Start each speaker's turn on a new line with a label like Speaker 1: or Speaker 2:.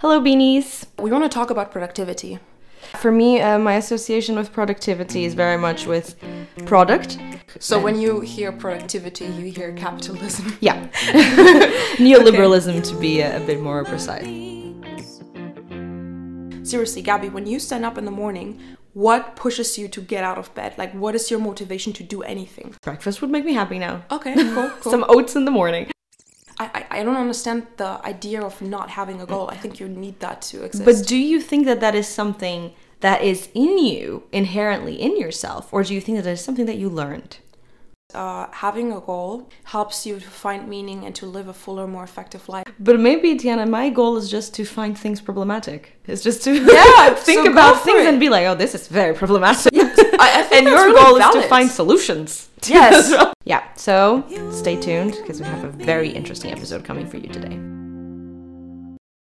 Speaker 1: Hello, beanies.
Speaker 2: We want to talk about productivity.
Speaker 1: For me, uh, my association with productivity is very much with product.
Speaker 2: So when you hear productivity, you hear capitalism.
Speaker 1: Yeah. Neoliberalism, to be a, a bit more precise.
Speaker 2: Seriously, Gabby, when you stand up in the morning, what pushes you to get out of bed? Like, what is your motivation to do anything?
Speaker 1: Breakfast would make me happy now.
Speaker 2: Okay, cool, cool.
Speaker 1: Some oats in the morning.
Speaker 2: I, I, I don't understand the idea of not having a goal. I think you need that to exist.
Speaker 1: But do you think that that is something that is in you, inherently in yourself, or do you think that it is something that you learned?
Speaker 2: uh, having a goal helps you to find meaning and to live a fuller, more effective life.
Speaker 1: But maybe, Diana, my goal is just to find things problematic. It's just to
Speaker 2: Yeah,
Speaker 1: think
Speaker 2: so go
Speaker 1: about
Speaker 2: for
Speaker 1: things
Speaker 2: it.
Speaker 1: and be like, oh, this is very problematic.
Speaker 2: I- I think
Speaker 1: and
Speaker 2: that's
Speaker 1: your
Speaker 2: really
Speaker 1: goal is
Speaker 2: valid.
Speaker 1: to find solutions.
Speaker 2: Yes.
Speaker 1: yeah, so stay tuned because we have a very interesting episode coming for you today.